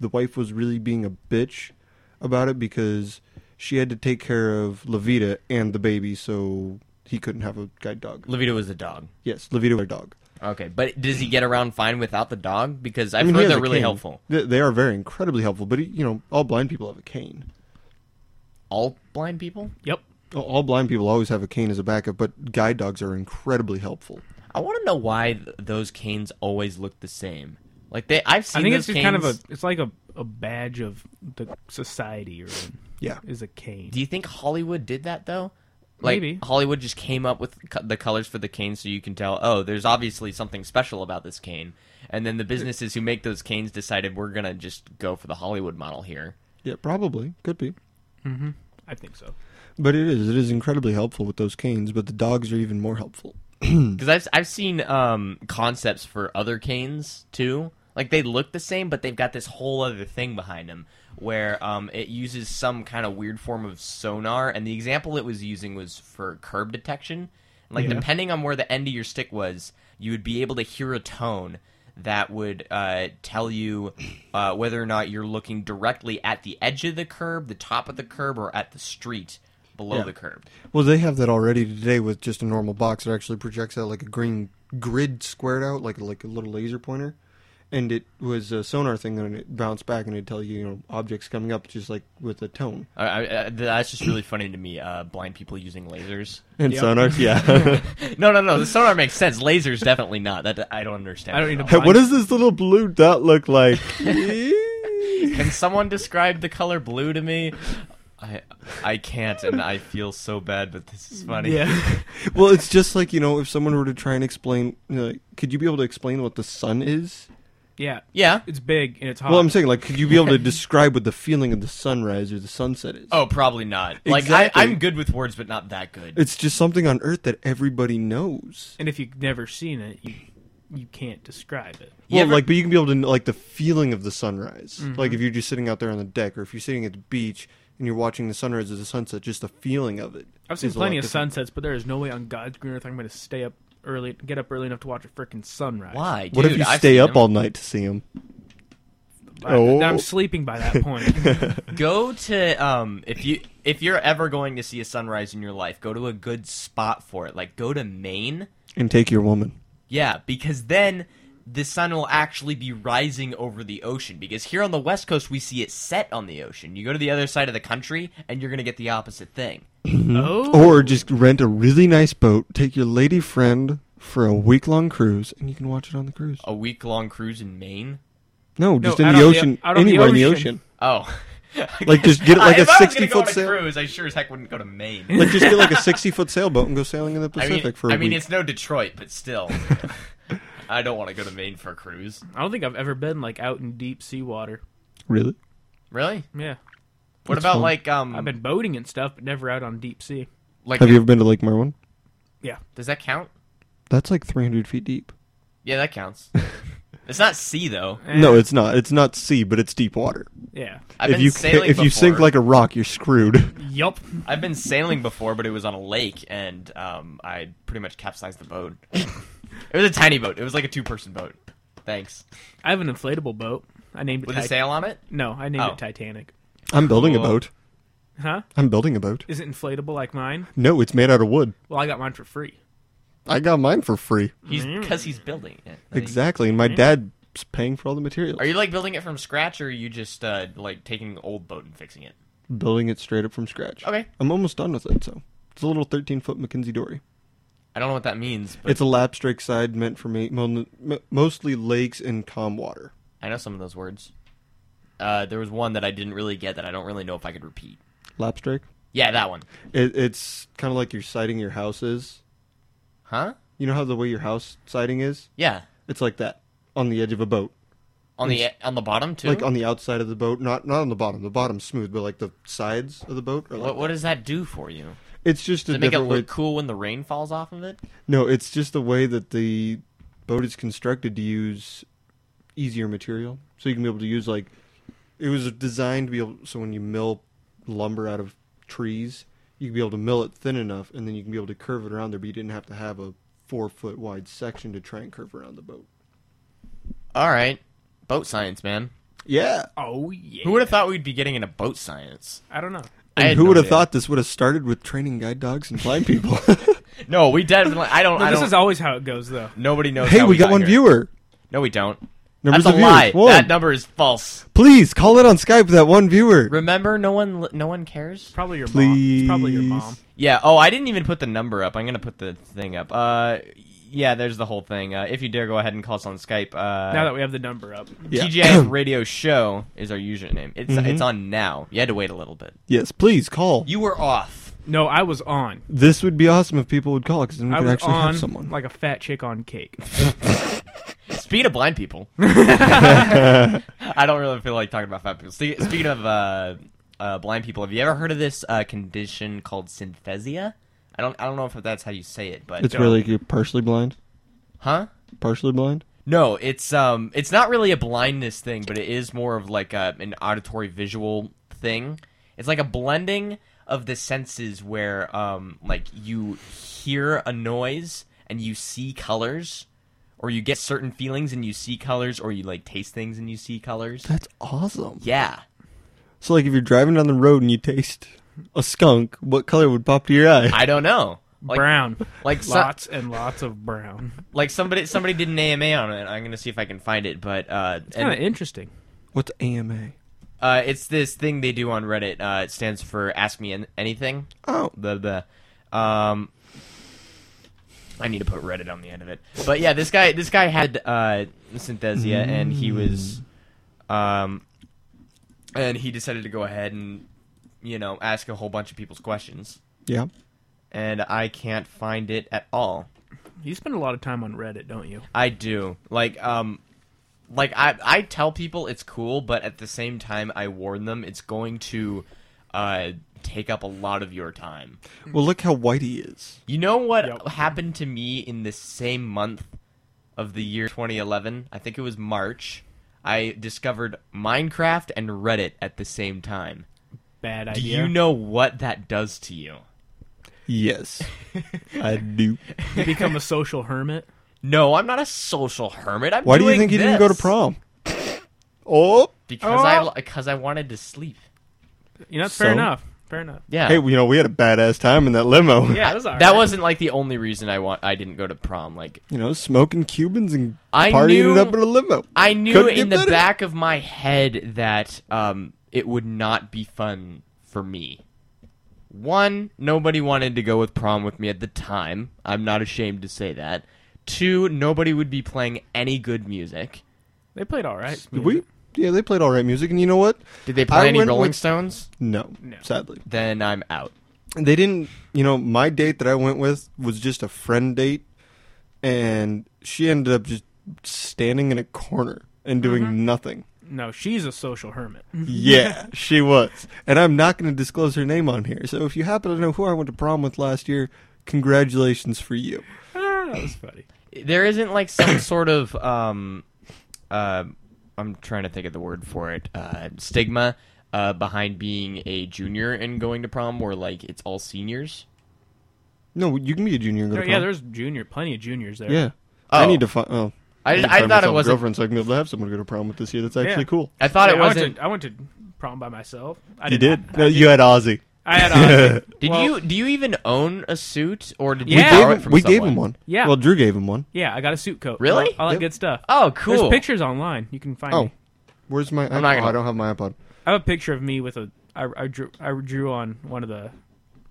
Speaker 3: the wife was really being a bitch about it because she had to take care of Levita and the baby so he couldn't have a guide dog
Speaker 1: Levita was a dog.
Speaker 3: yes Levita was a dog
Speaker 1: Okay, but does he get around fine without the dog? Because I've
Speaker 3: I mean, he
Speaker 1: heard
Speaker 3: has
Speaker 1: they're
Speaker 3: a
Speaker 1: really
Speaker 3: cane.
Speaker 1: helpful.
Speaker 3: They- they are very incredibly helpful but you know all blind people have a cane
Speaker 1: All blind people.
Speaker 2: yep.
Speaker 3: All- All blind people always have a cane as a backup, but guide dogs are incredibly helpful.
Speaker 1: I want to know why th- those canes always look the same. Like they, I've seen.
Speaker 2: I think
Speaker 1: those
Speaker 2: it's just kind of a,
Speaker 1: canes.
Speaker 2: it's like a, a badge of the society you're in.
Speaker 3: Yeah.
Speaker 2: Is a cane.
Speaker 1: Do you think Hollywood did that though? Like
Speaker 2: Maybe.
Speaker 1: Hollywood just came up with co- the colors for the cane, so you can tell. Oh, there's obviously something special about this cane. And then the businesses who make those canes decided we're gonna just go for the Hollywood model here.
Speaker 3: Yeah, probably could be,
Speaker 2: I think so.
Speaker 3: but it is it is incredibly helpful with those canes. But the dogs are even more helpful.
Speaker 1: Because I've I've seen um, concepts for other canes too. Like they look the same, but they've got this whole other thing behind them where um, it uses some kind of weird form of sonar. And the example it was using was for curb detection. Like depending on where the end of your stick was, you would be able to hear a tone that would uh, tell you uh, whether or not you're looking directly at the edge of the curb, the top of the curb, or at the street below
Speaker 3: Yeah.
Speaker 1: the curb.
Speaker 3: Well, they have that already today with just a normal box that actually projects out like a green grid squared out, like like a little laser pointer. And it was a sonar thing, and it bounced back, and it'd tell you, you know, objects coming up, just like with a tone.
Speaker 1: I, I, I- that's just really funny to me. Uh, blind people using lasers.
Speaker 3: And
Speaker 2: Yep.
Speaker 3: sonars, yeah.
Speaker 1: No, no, no. The sonar makes sense. Lasers definitely not. That I don't understand.
Speaker 2: I don't
Speaker 1: that
Speaker 2: need
Speaker 1: at
Speaker 2: to-
Speaker 3: what does this little blue dot look like?
Speaker 1: all. Can someone describe the color blue to me? I I can't, and I feel so bad. But this is funny.
Speaker 2: Yeah.
Speaker 3: Well, it's just like you know, if someone were to try and explain, you know, like, could you be able to explain what the sun is?
Speaker 2: yeah.
Speaker 1: Yeah.
Speaker 2: It's big and it's hot.
Speaker 3: Well, I'm saying like, could you be able to describe what the feeling of the sunrise or the sunset is?
Speaker 1: Oh, probably not. Like
Speaker 3: Exactly.
Speaker 1: I, I'm good with words, but not that good.
Speaker 3: it's just something on Earth that everybody knows.
Speaker 2: and if you've never seen it, you you can't describe it.
Speaker 1: You
Speaker 3: well,
Speaker 1: ever-
Speaker 3: like, but you can be able to know, like the feeling of the sunrise. Like if you're just sitting out there on the deck, or if you're sitting at the beach and you're watching the sunrise or the sunset, just the feeling of it.
Speaker 2: I've seen
Speaker 3: is a lot
Speaker 2: plenty of
Speaker 3: different.
Speaker 2: sunsets, but there is no way on God's green earth I'm going to stay up early, get up early enough to watch a freaking sunrise.
Speaker 1: Why?
Speaker 3: What
Speaker 1: dude,
Speaker 3: if you
Speaker 1: I've
Speaker 3: stay
Speaker 1: seen
Speaker 3: up
Speaker 1: them.
Speaker 3: all night to see them?
Speaker 2: I,
Speaker 3: Oh.
Speaker 2: I'm sleeping by that point.
Speaker 1: Go to um if you if you're ever going to see a sunrise in your life, go to a good spot for it. Like go to Maine.
Speaker 3: And take your woman.
Speaker 1: Yeah, because then the sun will actually be rising over the ocean because here on the west coast we see it set on the ocean. You go to the other side of the country and you're going to get the opposite thing. Hmm?
Speaker 2: Oh,
Speaker 3: Or just rent a really nice boat, take your lady friend for a week long cruise, and you can watch it on the cruise.
Speaker 1: A week long cruise in Maine?
Speaker 3: No,
Speaker 2: out
Speaker 3: just in
Speaker 2: on
Speaker 3: the
Speaker 2: the-
Speaker 3: ocean,
Speaker 2: out on the
Speaker 3: anywhere in the
Speaker 2: ocean.
Speaker 3: ocean.
Speaker 1: Oh.
Speaker 3: Like, just get it like
Speaker 1: if
Speaker 3: a
Speaker 1: I was gonna
Speaker 3: 60
Speaker 1: go on
Speaker 3: foot
Speaker 1: a
Speaker 3: sail.
Speaker 1: cruise, I sure as heck wouldn't go to Maine.
Speaker 3: Like just get like a sixty foot sailboat and go sailing in the
Speaker 1: I
Speaker 3: Pacific
Speaker 1: mean,
Speaker 3: for a
Speaker 1: I mean
Speaker 3: week.
Speaker 1: it's no Detroit, but still. I don't want to go to Maine for a cruise.
Speaker 2: I don't think I've ever been like out in deep sea water.
Speaker 3: Really?
Speaker 1: Really?
Speaker 2: Yeah,
Speaker 1: What
Speaker 3: That's
Speaker 1: about
Speaker 3: fun.
Speaker 1: like um
Speaker 2: I've been boating and stuff, but never out on deep sea.
Speaker 1: like
Speaker 3: Have you ever been to Lake Merwin?
Speaker 2: Yeah,
Speaker 1: does that count?
Speaker 3: That's like three hundred feet deep.
Speaker 1: Yeah, that counts. it's not sea though.
Speaker 2: Eh,
Speaker 3: No, it's not. It's not sea, but it's deep water.
Speaker 2: yeah,
Speaker 1: I've
Speaker 3: if
Speaker 1: been
Speaker 3: you ca-
Speaker 1: sailing
Speaker 3: if you sink
Speaker 1: before.
Speaker 3: like a rock, you're screwed.
Speaker 2: yup.
Speaker 1: I've been sailing before, but it was on a lake, and um, I pretty much capsized the boat. it was a tiny boat. It was like a two-person boat. Thanks.
Speaker 2: I have an inflatable boat. I named it.
Speaker 1: With a
Speaker 2: Tit-
Speaker 1: sail on it?
Speaker 2: no, I named
Speaker 1: Oh.
Speaker 2: it Titanic.
Speaker 3: I'm building
Speaker 1: Cool.
Speaker 3: a boat.
Speaker 2: Huh?
Speaker 3: I'm building a boat.
Speaker 2: Is it inflatable like mine?
Speaker 3: No, it's made out of wood.
Speaker 2: Well, I got mine for free.
Speaker 3: I got mine for free.
Speaker 1: He's because he's building it. Like,
Speaker 3: Exactly, and my dad's paying for all the materials.
Speaker 1: Are you like building it from scratch, or are you just uh, like taking an old boat and fixing it?
Speaker 3: building it straight up from scratch?
Speaker 1: Okay.
Speaker 3: I'm almost done with it. So it's a little thirteen foot Mackenzie dory.
Speaker 1: I don't know what that means, but
Speaker 3: It's a lap strike side meant for ma- mon- m- mostly lakes and calm water.
Speaker 1: I know some of those words. Uh, there was one that I didn't really get that I don't really know if I could repeat.
Speaker 3: Lap strike.
Speaker 1: Yeah, that one.
Speaker 3: It, it's kind of like your siding your house is.
Speaker 1: Huh?
Speaker 3: You know how the way your house siding is?
Speaker 1: Yeah.
Speaker 3: It's like that on the edge of a boat,
Speaker 1: On the e, on the bottom too.
Speaker 3: like on the outside of the boat, not not on the bottom. The bottom's smooth, but like the sides of the boat. Are like
Speaker 1: what what does that do for you?
Speaker 3: It's just
Speaker 1: Does
Speaker 3: a
Speaker 1: it make it
Speaker 3: different way.
Speaker 1: look cool when the rain falls off of it?
Speaker 3: No, it's just the way that the boat is constructed to use easier material, so you can be able to use like it was designed to be able. So when you mill lumber out of trees, you can be able to mill it thin enough, and then you can be able to curve it around there. But you didn't have to have a four foot wide section to try and curve around the boat.
Speaker 1: All right, boat science, man.
Speaker 3: Yeah.
Speaker 2: Oh yeah.
Speaker 1: Who would have thought we'd be getting into boat science?
Speaker 2: I don't know.
Speaker 1: I had
Speaker 3: And who
Speaker 1: no
Speaker 3: would have
Speaker 1: idea.
Speaker 3: thought this would have started with training guide dogs and blind people?
Speaker 1: No, we definitely. I don't.
Speaker 2: No,
Speaker 1: I
Speaker 2: this
Speaker 1: don't.
Speaker 2: is always how it goes, though.
Speaker 1: nobody knows.
Speaker 3: hey,
Speaker 1: how
Speaker 3: we got one
Speaker 1: here.
Speaker 3: viewer.
Speaker 1: No, we don't.
Speaker 3: Numbers
Speaker 1: That's
Speaker 3: of
Speaker 1: a lie.
Speaker 3: viewers. One.
Speaker 1: That number is false.
Speaker 3: Please call in on Skype with that one viewer.
Speaker 1: Remember, no one, li- no one cares.
Speaker 2: Probably your mom.
Speaker 3: Please.
Speaker 2: It's probably your mom.
Speaker 1: Yeah. Oh, I didn't even put the number up. I'm gonna put the thing up. Uh, yeah. There's the whole thing. Uh, if you dare, go ahead and call us on Skype. Uh,
Speaker 2: Now that we have the number up,
Speaker 3: Yeah. Mm-hmm.
Speaker 1: TGI's radio show is our username. It's it's on now. You had to wait a little bit.
Speaker 3: Yes, please call.
Speaker 1: You were off.
Speaker 2: no, I was on.
Speaker 3: This would be awesome if people would call because then we
Speaker 2: I
Speaker 3: could
Speaker 2: was
Speaker 3: actually
Speaker 2: on
Speaker 3: have someone.
Speaker 2: like a fat chick on cake.
Speaker 1: Speed of blind people. I don't really feel like talking about fat people. Ste- Speaking of uh, uh, blind people, have you ever heard of this uh, condition called synthesia? I don't. I don't know if that's how you say it, but
Speaker 3: it's really you're partially blind.
Speaker 1: huh?
Speaker 3: Partially blind.
Speaker 1: No, it's um, it's not really a blindness thing, but it is more of like a, an auditory visual thing. It's like a blending of the senses where um, like you hear a noise and you see colors, or you get certain feelings and you see colors, or you like taste things and you see colors.
Speaker 3: That's awesome.
Speaker 1: Yeah.
Speaker 3: So like if you're driving down the road and you taste a skunk, what color would pop to your eye?
Speaker 1: I don't know. Like,
Speaker 2: brown,
Speaker 1: like so-
Speaker 2: lots and lots of brown.
Speaker 1: like somebody somebody did an AMA on it. I'm gonna see if I can find it, but uh,
Speaker 2: Kind of
Speaker 1: and,
Speaker 2: interesting.
Speaker 3: What's AMA?
Speaker 1: uh, it's this thing they do on Reddit. Uh, it stands for Ask Me An- Anything.
Speaker 3: Oh,
Speaker 1: The the um. I need to put Reddit on the end of it, but yeah, this guy this guy had uh, synthesia, and he was, um, and he decided to go ahead and you know ask a whole bunch of people's questions,
Speaker 3: yeah.
Speaker 1: and I can't find it at all.
Speaker 2: You spend a lot of time on Reddit, don't you?
Speaker 1: I do. Like um like I I tell people it's cool, but at the same time I warn them it's going to uh take up a lot of your time.
Speaker 3: Well, look how white he is.
Speaker 1: You know what
Speaker 2: Yep.
Speaker 1: happened to me in the same month of the year 2011? I think it was March. I discovered Minecraft and Reddit at the same time.
Speaker 2: Bad
Speaker 1: Do
Speaker 2: idea.
Speaker 1: you know what that does to you?
Speaker 3: Yes, I do.
Speaker 2: You become a social hermit.
Speaker 1: No, I'm not a social hermit. I'm
Speaker 3: Why do you
Speaker 1: doing
Speaker 3: think you
Speaker 1: this.
Speaker 3: didn't go to prom? Oh,
Speaker 1: Because I
Speaker 2: Oh.
Speaker 1: because I wanted to sleep.
Speaker 2: You know, that's fair
Speaker 3: So?
Speaker 2: enough. fair enough.
Speaker 1: Yeah.
Speaker 3: Hey, you know, we had a badass time in that limo.
Speaker 2: Yeah, that was all
Speaker 1: that
Speaker 2: right.
Speaker 1: wasn't like the only reason I want I didn't go to prom. Like
Speaker 3: You know, smoking Cubans and
Speaker 1: I
Speaker 3: partying
Speaker 1: knew-
Speaker 3: it up in a limo.
Speaker 1: I knew
Speaker 3: Couldn't get
Speaker 1: in the
Speaker 3: better.
Speaker 1: back of my head that um it would not be fun for me. One, nobody wanted to go with prom with me at the time. I'm not ashamed to say that. Two, nobody would be playing any good music.
Speaker 2: They played all right.
Speaker 3: We yeah, they played all right music, and you know what?
Speaker 1: Did they
Speaker 3: I
Speaker 1: play any
Speaker 3: went
Speaker 1: Rolling
Speaker 3: with-
Speaker 1: Stones?
Speaker 3: No,
Speaker 2: No.
Speaker 3: sadly,
Speaker 1: Then I'm out.
Speaker 3: they didn't. You know, my date that I went with was just a friend date, and she ended up just standing in a corner and doing
Speaker 2: Mm-hmm.
Speaker 3: nothing.
Speaker 2: No, she's a social hermit.
Speaker 3: Mm-hmm. Yeah, she was, and I'm not going to disclose her name on here. So if you happen to know who I went to prom with last year, congratulations for you.
Speaker 2: Ah, that was funny.
Speaker 1: there isn't like some sort of um uh, I'm trying to think of the word for it uh, stigma uh, behind being a junior and going to prom where like it's all seniors.
Speaker 3: No, you can be a junior and go
Speaker 2: There-
Speaker 3: to
Speaker 2: Oh, yeah,
Speaker 3: prom.
Speaker 2: there's junior, plenty of juniors there.
Speaker 3: yeah.
Speaker 1: Oh.
Speaker 3: I need to find. Oh,
Speaker 1: I,
Speaker 3: need to
Speaker 1: I
Speaker 3: find
Speaker 1: thought
Speaker 3: myself
Speaker 1: it
Speaker 3: a
Speaker 1: wasn't.
Speaker 3: girlfriend, so I can have someone go to prom with this year. That's actually
Speaker 2: Yeah.
Speaker 3: cool.
Speaker 1: I thought it
Speaker 2: Yeah, I went,
Speaker 1: wasn't.
Speaker 2: to, I went to prom by myself. I
Speaker 3: You
Speaker 2: did
Speaker 3: did.
Speaker 2: not-
Speaker 3: No, you had Ozzy.
Speaker 2: I had. a-
Speaker 1: Did
Speaker 2: well,
Speaker 1: you do you even own a suit or did
Speaker 2: We
Speaker 1: you
Speaker 2: Yeah.
Speaker 3: gave
Speaker 1: borrow
Speaker 3: him-
Speaker 1: it from
Speaker 3: we
Speaker 1: someone?
Speaker 3: gave him one.
Speaker 2: Yeah.
Speaker 3: Well, Drew gave him one.
Speaker 2: Yeah, I got a suit coat.
Speaker 1: Really?
Speaker 2: All, all that
Speaker 3: Yep.
Speaker 2: good stuff.
Speaker 1: Oh, cool.
Speaker 2: There's pictures online. You can find.
Speaker 3: Oh,
Speaker 2: me.
Speaker 3: where's my? iPod?
Speaker 1: not gonna-
Speaker 3: I don't have my iPod.
Speaker 2: I have a picture of me with a. I, I drew. I drew on one of the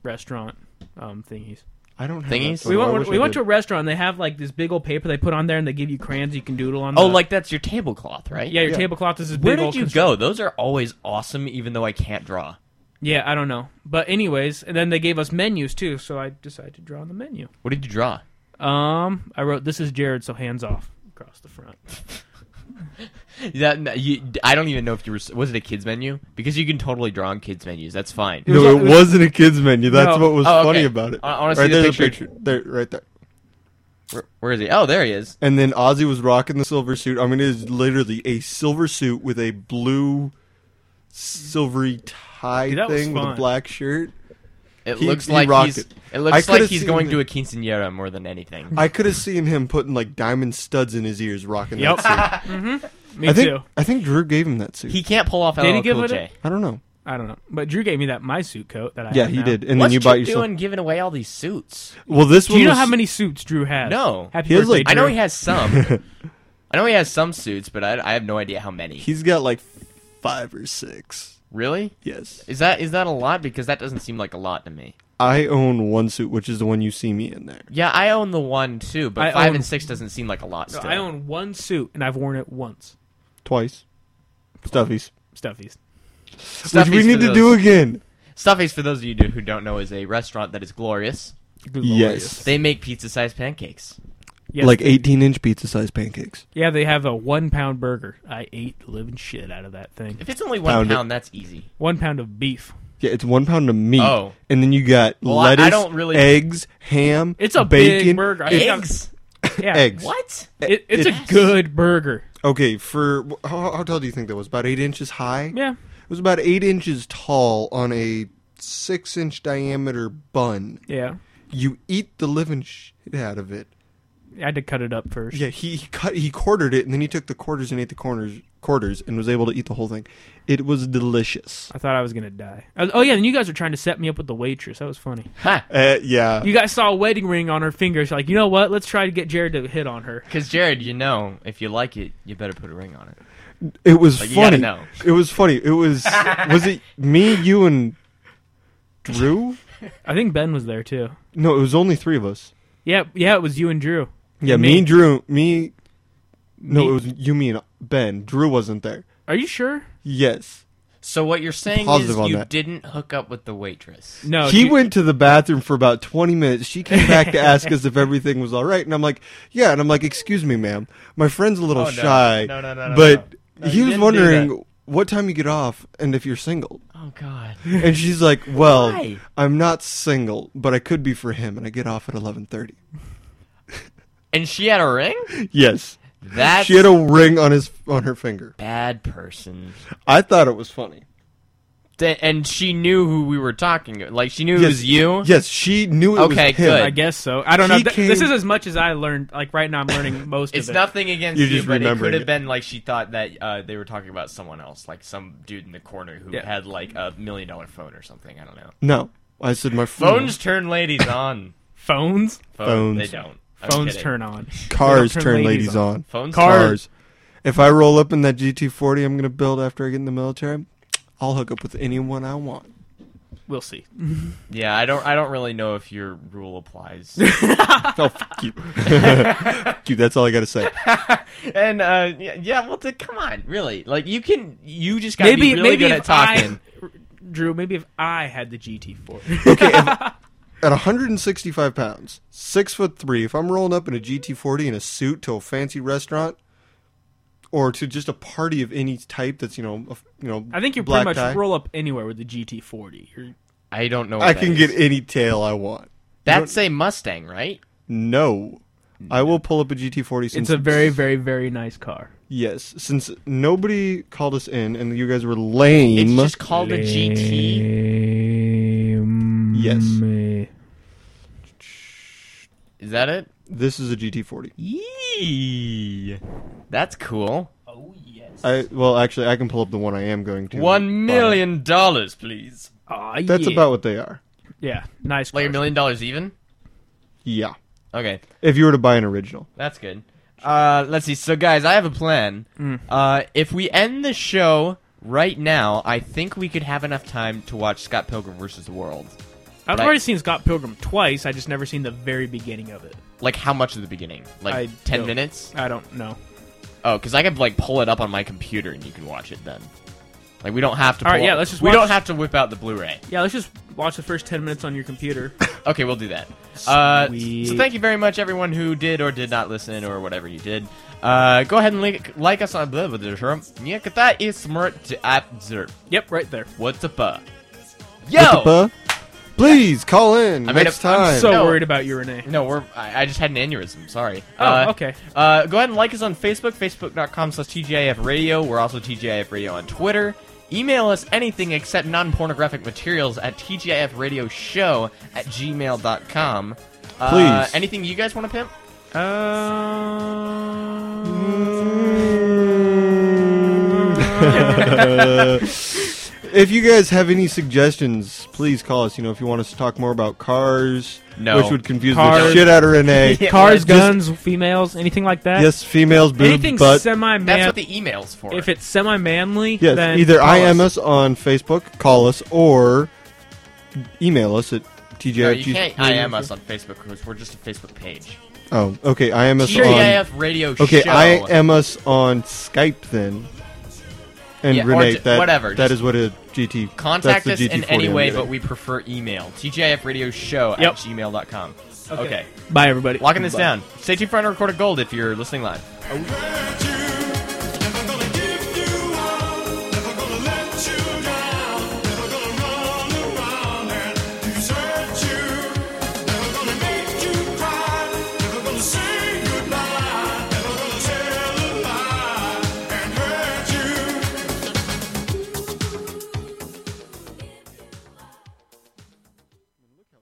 Speaker 2: restaurant um, thingies.
Speaker 3: I don't have.
Speaker 1: Thingies?
Speaker 3: That
Speaker 2: We
Speaker 3: photo. Oh, I
Speaker 2: went.
Speaker 3: wish
Speaker 2: We
Speaker 3: I
Speaker 2: went
Speaker 3: did.
Speaker 2: to a restaurant. They have like this big old paper they put on there, and they give you crayons you can doodle on.
Speaker 1: Oh,
Speaker 2: the-
Speaker 1: like that's your tablecloth, right?
Speaker 2: yeah, your
Speaker 3: yeah.
Speaker 2: tablecloth is this
Speaker 1: Where
Speaker 2: big old
Speaker 1: did you
Speaker 2: constru-
Speaker 1: go? Those are always awesome, even though I can't draw.
Speaker 2: Yeah, I don't know. But anyways, and then they gave us menus too, so I decided to draw on the menu.
Speaker 1: What did you draw?
Speaker 2: Um, I wrote, "This is Jared, so hands off." Across the front.
Speaker 1: That you, I don't even know if you were. Was it a kids menu? Because you can totally draw on kids menus. That's fine.
Speaker 2: It was
Speaker 3: No,
Speaker 2: on-
Speaker 3: it
Speaker 2: it was-
Speaker 3: wasn't a kids menu. That's
Speaker 2: No.
Speaker 3: what was
Speaker 1: Oh, okay.
Speaker 3: funny about it.
Speaker 1: I- I wanna see
Speaker 3: right
Speaker 1: the
Speaker 3: there's
Speaker 1: picture.
Speaker 3: a picture. There, right there.
Speaker 1: Where, where is he? Oh, there he is.
Speaker 3: And then Ozzy was rocking the silver suit. I mean, it is literally a silver suit with a blue, silvery tie
Speaker 2: Dude, that was
Speaker 3: thing with a
Speaker 2: fun.
Speaker 3: black shirt.
Speaker 1: It
Speaker 3: He-
Speaker 1: looks
Speaker 3: he
Speaker 1: like
Speaker 3: rocked
Speaker 1: he's. It,
Speaker 3: it. I
Speaker 1: looks
Speaker 3: could've
Speaker 1: like he's
Speaker 3: seen
Speaker 1: going
Speaker 3: it.
Speaker 1: to a quinceanera more than anything.
Speaker 3: I could have seen him putting like diamond studs in his ears, rocking
Speaker 2: Yep. Mm-hmm.
Speaker 3: that suit.
Speaker 2: Me
Speaker 3: I think
Speaker 2: too.
Speaker 3: I think Drew gave him that suit.
Speaker 1: He can't pull off LL
Speaker 2: Did he give
Speaker 1: Cool
Speaker 2: it a-
Speaker 1: J.
Speaker 3: I don't know.
Speaker 2: I don't know, but Drew gave me that my suit coat that I.
Speaker 3: Yeah,
Speaker 2: have
Speaker 3: he
Speaker 2: now.
Speaker 3: did. And
Speaker 1: What's
Speaker 3: then you bought
Speaker 1: Chip
Speaker 3: yourself.
Speaker 1: doing giving away all these suits?
Speaker 3: Well, this
Speaker 2: Do
Speaker 3: one
Speaker 2: you know
Speaker 3: was-
Speaker 2: how many suits Drew has?
Speaker 1: No.
Speaker 2: Happy
Speaker 3: He has,
Speaker 2: birthday,
Speaker 3: like-
Speaker 1: I know
Speaker 2: Drew.
Speaker 1: he has some. I know he has some suits, but I, I have no idea how many.
Speaker 3: He's got like five or six.
Speaker 1: Really?
Speaker 3: Yes.
Speaker 1: Is that is that a lot? Because that doesn't seem like a lot to me.
Speaker 3: I own one suit, which is the one you see me in there.
Speaker 1: Yeah, I own the one too, but
Speaker 2: I
Speaker 1: five
Speaker 2: own-
Speaker 1: and six doesn't seem like a lot.
Speaker 2: So
Speaker 1: Still.
Speaker 2: I own one suit and I've worn it once.
Speaker 3: Twice. Stuffies.
Speaker 2: Stuffies.
Speaker 1: Stuffies
Speaker 3: which we need
Speaker 1: for
Speaker 3: to
Speaker 1: those-
Speaker 3: do again.
Speaker 1: Stuffies, for those of you do- who don't know, is a restaurant that is glorious.
Speaker 3: Yes.
Speaker 1: They make pizza-sized pancakes.
Speaker 2: Yes.
Speaker 3: Like 18 inch pizza sized pancakes.
Speaker 2: yeah, they have a one pound burger. I ate the living shit out of that thing.
Speaker 1: If it's only one pound,
Speaker 3: Pound it.
Speaker 1: that's easy.
Speaker 2: One pound of beef.
Speaker 3: Yeah, it's one pound of meat.
Speaker 1: Oh.
Speaker 3: And then you got
Speaker 1: Well, I- I
Speaker 3: lettuce,
Speaker 1: don't really-
Speaker 3: eggs, ham,
Speaker 2: It's a
Speaker 3: bacon.
Speaker 2: big burger. I think I'm-
Speaker 1: Eggs.
Speaker 2: yeah.
Speaker 3: Eggs.
Speaker 1: What?
Speaker 2: It, it's
Speaker 3: Yes.
Speaker 2: a good burger.
Speaker 3: Okay, for how, how tall do you think that was? About eight inches high?
Speaker 2: Yeah.
Speaker 3: It was about eight inches tall on a six inch diameter bun.
Speaker 2: Yeah.
Speaker 3: You eat the living shit out of it.
Speaker 2: I had to cut it up first.
Speaker 3: Yeah, he he cut he quartered it and then he took the quarters and ate the corners quarters and was able to eat the whole thing. It was delicious.
Speaker 2: I thought I was gonna die. I was- oh yeah, and you guys were trying to set me up with the waitress. That was funny.
Speaker 1: Ha!
Speaker 3: Uh, yeah.
Speaker 2: You guys saw a wedding ring on her finger. She's like, you know what? Let's try to get Jared to hit on her.
Speaker 1: Because Jared, you know, if you like it, you better put a ring on it.
Speaker 3: it was
Speaker 1: Like, you gotta
Speaker 3: funny.
Speaker 1: know.
Speaker 3: It was funny. It was was it me, you and Drew?
Speaker 2: I think Ben was there too.
Speaker 3: No, it was only three of us.
Speaker 2: Yeah, yeah, it was you and Drew.
Speaker 3: Yeah,
Speaker 2: And
Speaker 3: me, and Drew, me No,
Speaker 2: Me-
Speaker 3: it was you me and Ben. Drew wasn't there.
Speaker 2: Are you sure?
Speaker 3: Yes.
Speaker 1: So what you're saying
Speaker 3: Positive
Speaker 1: is
Speaker 3: on
Speaker 1: you
Speaker 3: that.
Speaker 1: didn't hook up with the waitress.
Speaker 2: No,
Speaker 3: he
Speaker 2: you-
Speaker 3: went to the bathroom for about 20 minutes. She came back to ask us if everything was all right. And I'm like, yeah. And I'm like, excuse me, ma'am. My friend's a little
Speaker 1: Oh, no.
Speaker 3: shy.
Speaker 1: No, no, no, no,
Speaker 3: But
Speaker 1: no. No,
Speaker 3: he
Speaker 1: you
Speaker 3: was
Speaker 1: didn't do
Speaker 3: wondering what time you get off and if you're single.
Speaker 1: Oh God.
Speaker 3: And she's like, well,
Speaker 1: Why?
Speaker 3: I'm not single, but I could be for him. And I get off at 1130.
Speaker 1: And she had a ring.
Speaker 3: Yes.
Speaker 1: That's
Speaker 3: she had a ring on his on her finger.
Speaker 1: bad person.
Speaker 3: I thought it was funny.
Speaker 1: Th- and she knew who we were talking. Like she knew it
Speaker 3: Yes,
Speaker 1: was you.
Speaker 3: Yes, she knew it
Speaker 1: Okay,
Speaker 3: was him.
Speaker 1: good.
Speaker 2: I guess so. I don't know.
Speaker 3: He
Speaker 2: Th- this
Speaker 3: came-
Speaker 2: is as much as I learned. Like right now, I'm learning most
Speaker 1: It's
Speaker 2: of it.
Speaker 1: nothing against
Speaker 3: You're
Speaker 1: you,
Speaker 3: just
Speaker 1: but it could
Speaker 3: remembering
Speaker 1: have
Speaker 3: it.
Speaker 1: been like she thought that uh, they were talking about someone else, like some dude in the corner who
Speaker 2: Yeah.
Speaker 1: had like a million dollar phone or something. I don't know.
Speaker 3: No, I said my phone.
Speaker 1: Phones turn ladies on.
Speaker 2: Phones,
Speaker 1: Phone- They
Speaker 3: Phones.
Speaker 1: don't. I'm
Speaker 2: phones
Speaker 1: kidding.
Speaker 2: turn on.
Speaker 3: cars
Speaker 2: They don't
Speaker 3: turn,
Speaker 2: turn
Speaker 3: ladies,
Speaker 2: ladies
Speaker 3: on.
Speaker 1: Phones
Speaker 2: Cars.
Speaker 1: turn-
Speaker 3: Cars. If I roll up in that GT40, I'm gonna build after I get in the military. I'll hook up with anyone I want.
Speaker 2: We'll see.
Speaker 1: Yeah, I don't. I don't really know if your rule applies.
Speaker 3: oh, fuck you. Fuck you, that's all I gotta say.
Speaker 1: and uh, yeah, yeah, well, th- come on, really. Like you can. You just gotta be really good at
Speaker 2: if I-
Speaker 1: talking.
Speaker 2: Drew, maybe if I had the GT4.
Speaker 3: Okay, if, at 165 pounds, six foot three, if I'm rolling up in a GT40 in a suit to a fancy restaurant, or to just a party of any type that's you know a f- you know
Speaker 2: I think you
Speaker 3: black
Speaker 2: pretty much
Speaker 3: tie,
Speaker 2: roll up anywhere with the GT40. You're,
Speaker 1: I don't know. What
Speaker 3: I
Speaker 1: that
Speaker 3: can
Speaker 1: is.
Speaker 3: get any tail I want.
Speaker 1: That's a Mustang, right?
Speaker 3: No, I will pull up a GT40. Since
Speaker 2: it's a very, very, very nice car.
Speaker 3: Yes, since nobody called us in and you guys were lame.
Speaker 1: It's just called a GT.
Speaker 3: Yes.
Speaker 1: Is that it?
Speaker 3: This is a GT40.
Speaker 1: Yee. That's cool.
Speaker 2: Oh yes.
Speaker 3: I well, actually, I can pull up the one I am going to.
Speaker 1: One million dollars, please.
Speaker 2: Aw,
Speaker 3: That's
Speaker 2: yeah.
Speaker 3: about what they are.
Speaker 2: yeah. Nice.
Speaker 1: Like a
Speaker 2: cars.
Speaker 1: million dollars even?
Speaker 3: Yeah,
Speaker 1: Okay,
Speaker 3: if you were to buy an original.
Speaker 1: that's good. Uh, let's see. So, guys, I have a plan. Uh, if we end the show right now, I think we could have enough time to watch Scott Pilgrim versus the World.
Speaker 2: I've
Speaker 1: Right.
Speaker 2: already seen Scott Pilgrim twice. I just never seen the very beginning of it.
Speaker 1: Like, how much of the beginning? Like
Speaker 2: I
Speaker 1: ten
Speaker 2: don't-
Speaker 1: minutes?
Speaker 2: I don't know.
Speaker 1: Oh, because I could like pull it up on my computer and you can watch it then. Like, we don't have to. Pull
Speaker 2: All right, yeah,
Speaker 1: up-
Speaker 2: let's just
Speaker 1: We
Speaker 2: watch-
Speaker 1: don't have to whip out the Blu-ray.
Speaker 2: Yeah, let's just watch the first ten minutes on your computer.
Speaker 1: Okay, we'll do that. Uh,
Speaker 2: Sweet.
Speaker 1: so thank you very much, everyone who did or did not listen or whatever you did. Uh, go ahead and like, like us on blah blah blah. blah. Yeah, 'cause that is smart to observe.
Speaker 2: yep, right there.
Speaker 1: What's up, uh?
Speaker 3: What the
Speaker 2: uh?
Speaker 1: Yo,
Speaker 3: fuck? Please call in
Speaker 1: I made
Speaker 3: next
Speaker 1: a- I'm
Speaker 3: time.
Speaker 2: So
Speaker 1: No.
Speaker 2: worried about you, Renee.
Speaker 1: no, we're I, I just had an aneurysm. Sorry.
Speaker 2: Oh,
Speaker 1: Uh,
Speaker 2: okay.
Speaker 1: Uh, go ahead and like us on Facebook, facebook.com slash TGIF radio. We're also TGIF radio on Twitter. Email us anything except non pornographic materials at TGIF radio show at gmail.com. Uh,
Speaker 3: Please.
Speaker 1: anything you guys want to pimp?
Speaker 2: Uh,
Speaker 3: if you guys have any suggestions, please call us. You know, if you want us to talk more about cars,
Speaker 1: No.
Speaker 3: which would confuse
Speaker 2: Cars.
Speaker 3: the shit out of Renee.
Speaker 1: Yeah.
Speaker 2: Cars,
Speaker 1: Just-
Speaker 2: guns, females, anything like that.
Speaker 3: Yes, females, boobs,
Speaker 2: Anything
Speaker 3: butt.
Speaker 2: semi-man.
Speaker 1: That's what the email's for.
Speaker 2: if it's semi-manly,
Speaker 3: Yes,
Speaker 2: then
Speaker 3: either
Speaker 2: call
Speaker 3: IM us. on Facebook, call us, or email us at TJF.
Speaker 1: no, you can't IM us on Facebook because we're just a Facebook page.
Speaker 3: Oh, okay. IM us on.
Speaker 1: TGIF radio
Speaker 3: Okay,
Speaker 1: show.
Speaker 3: IM us on Skype then. And
Speaker 1: Yeah, or
Speaker 3: Renee,
Speaker 1: d-
Speaker 3: that,
Speaker 1: whatever,
Speaker 3: that
Speaker 1: just
Speaker 3: is what a GT.
Speaker 1: Contact
Speaker 3: that's
Speaker 1: us
Speaker 3: the
Speaker 1: in
Speaker 3: GT40
Speaker 1: any
Speaker 3: I'm
Speaker 1: way,
Speaker 3: getting.
Speaker 1: but we prefer email. TGIF radio show
Speaker 2: Yep.
Speaker 1: at gmail.com. Okay.
Speaker 2: Bye, everybody.
Speaker 1: Locking this down. Stay tuned for unrecorded gold if you're listening live.
Speaker 4: Heard you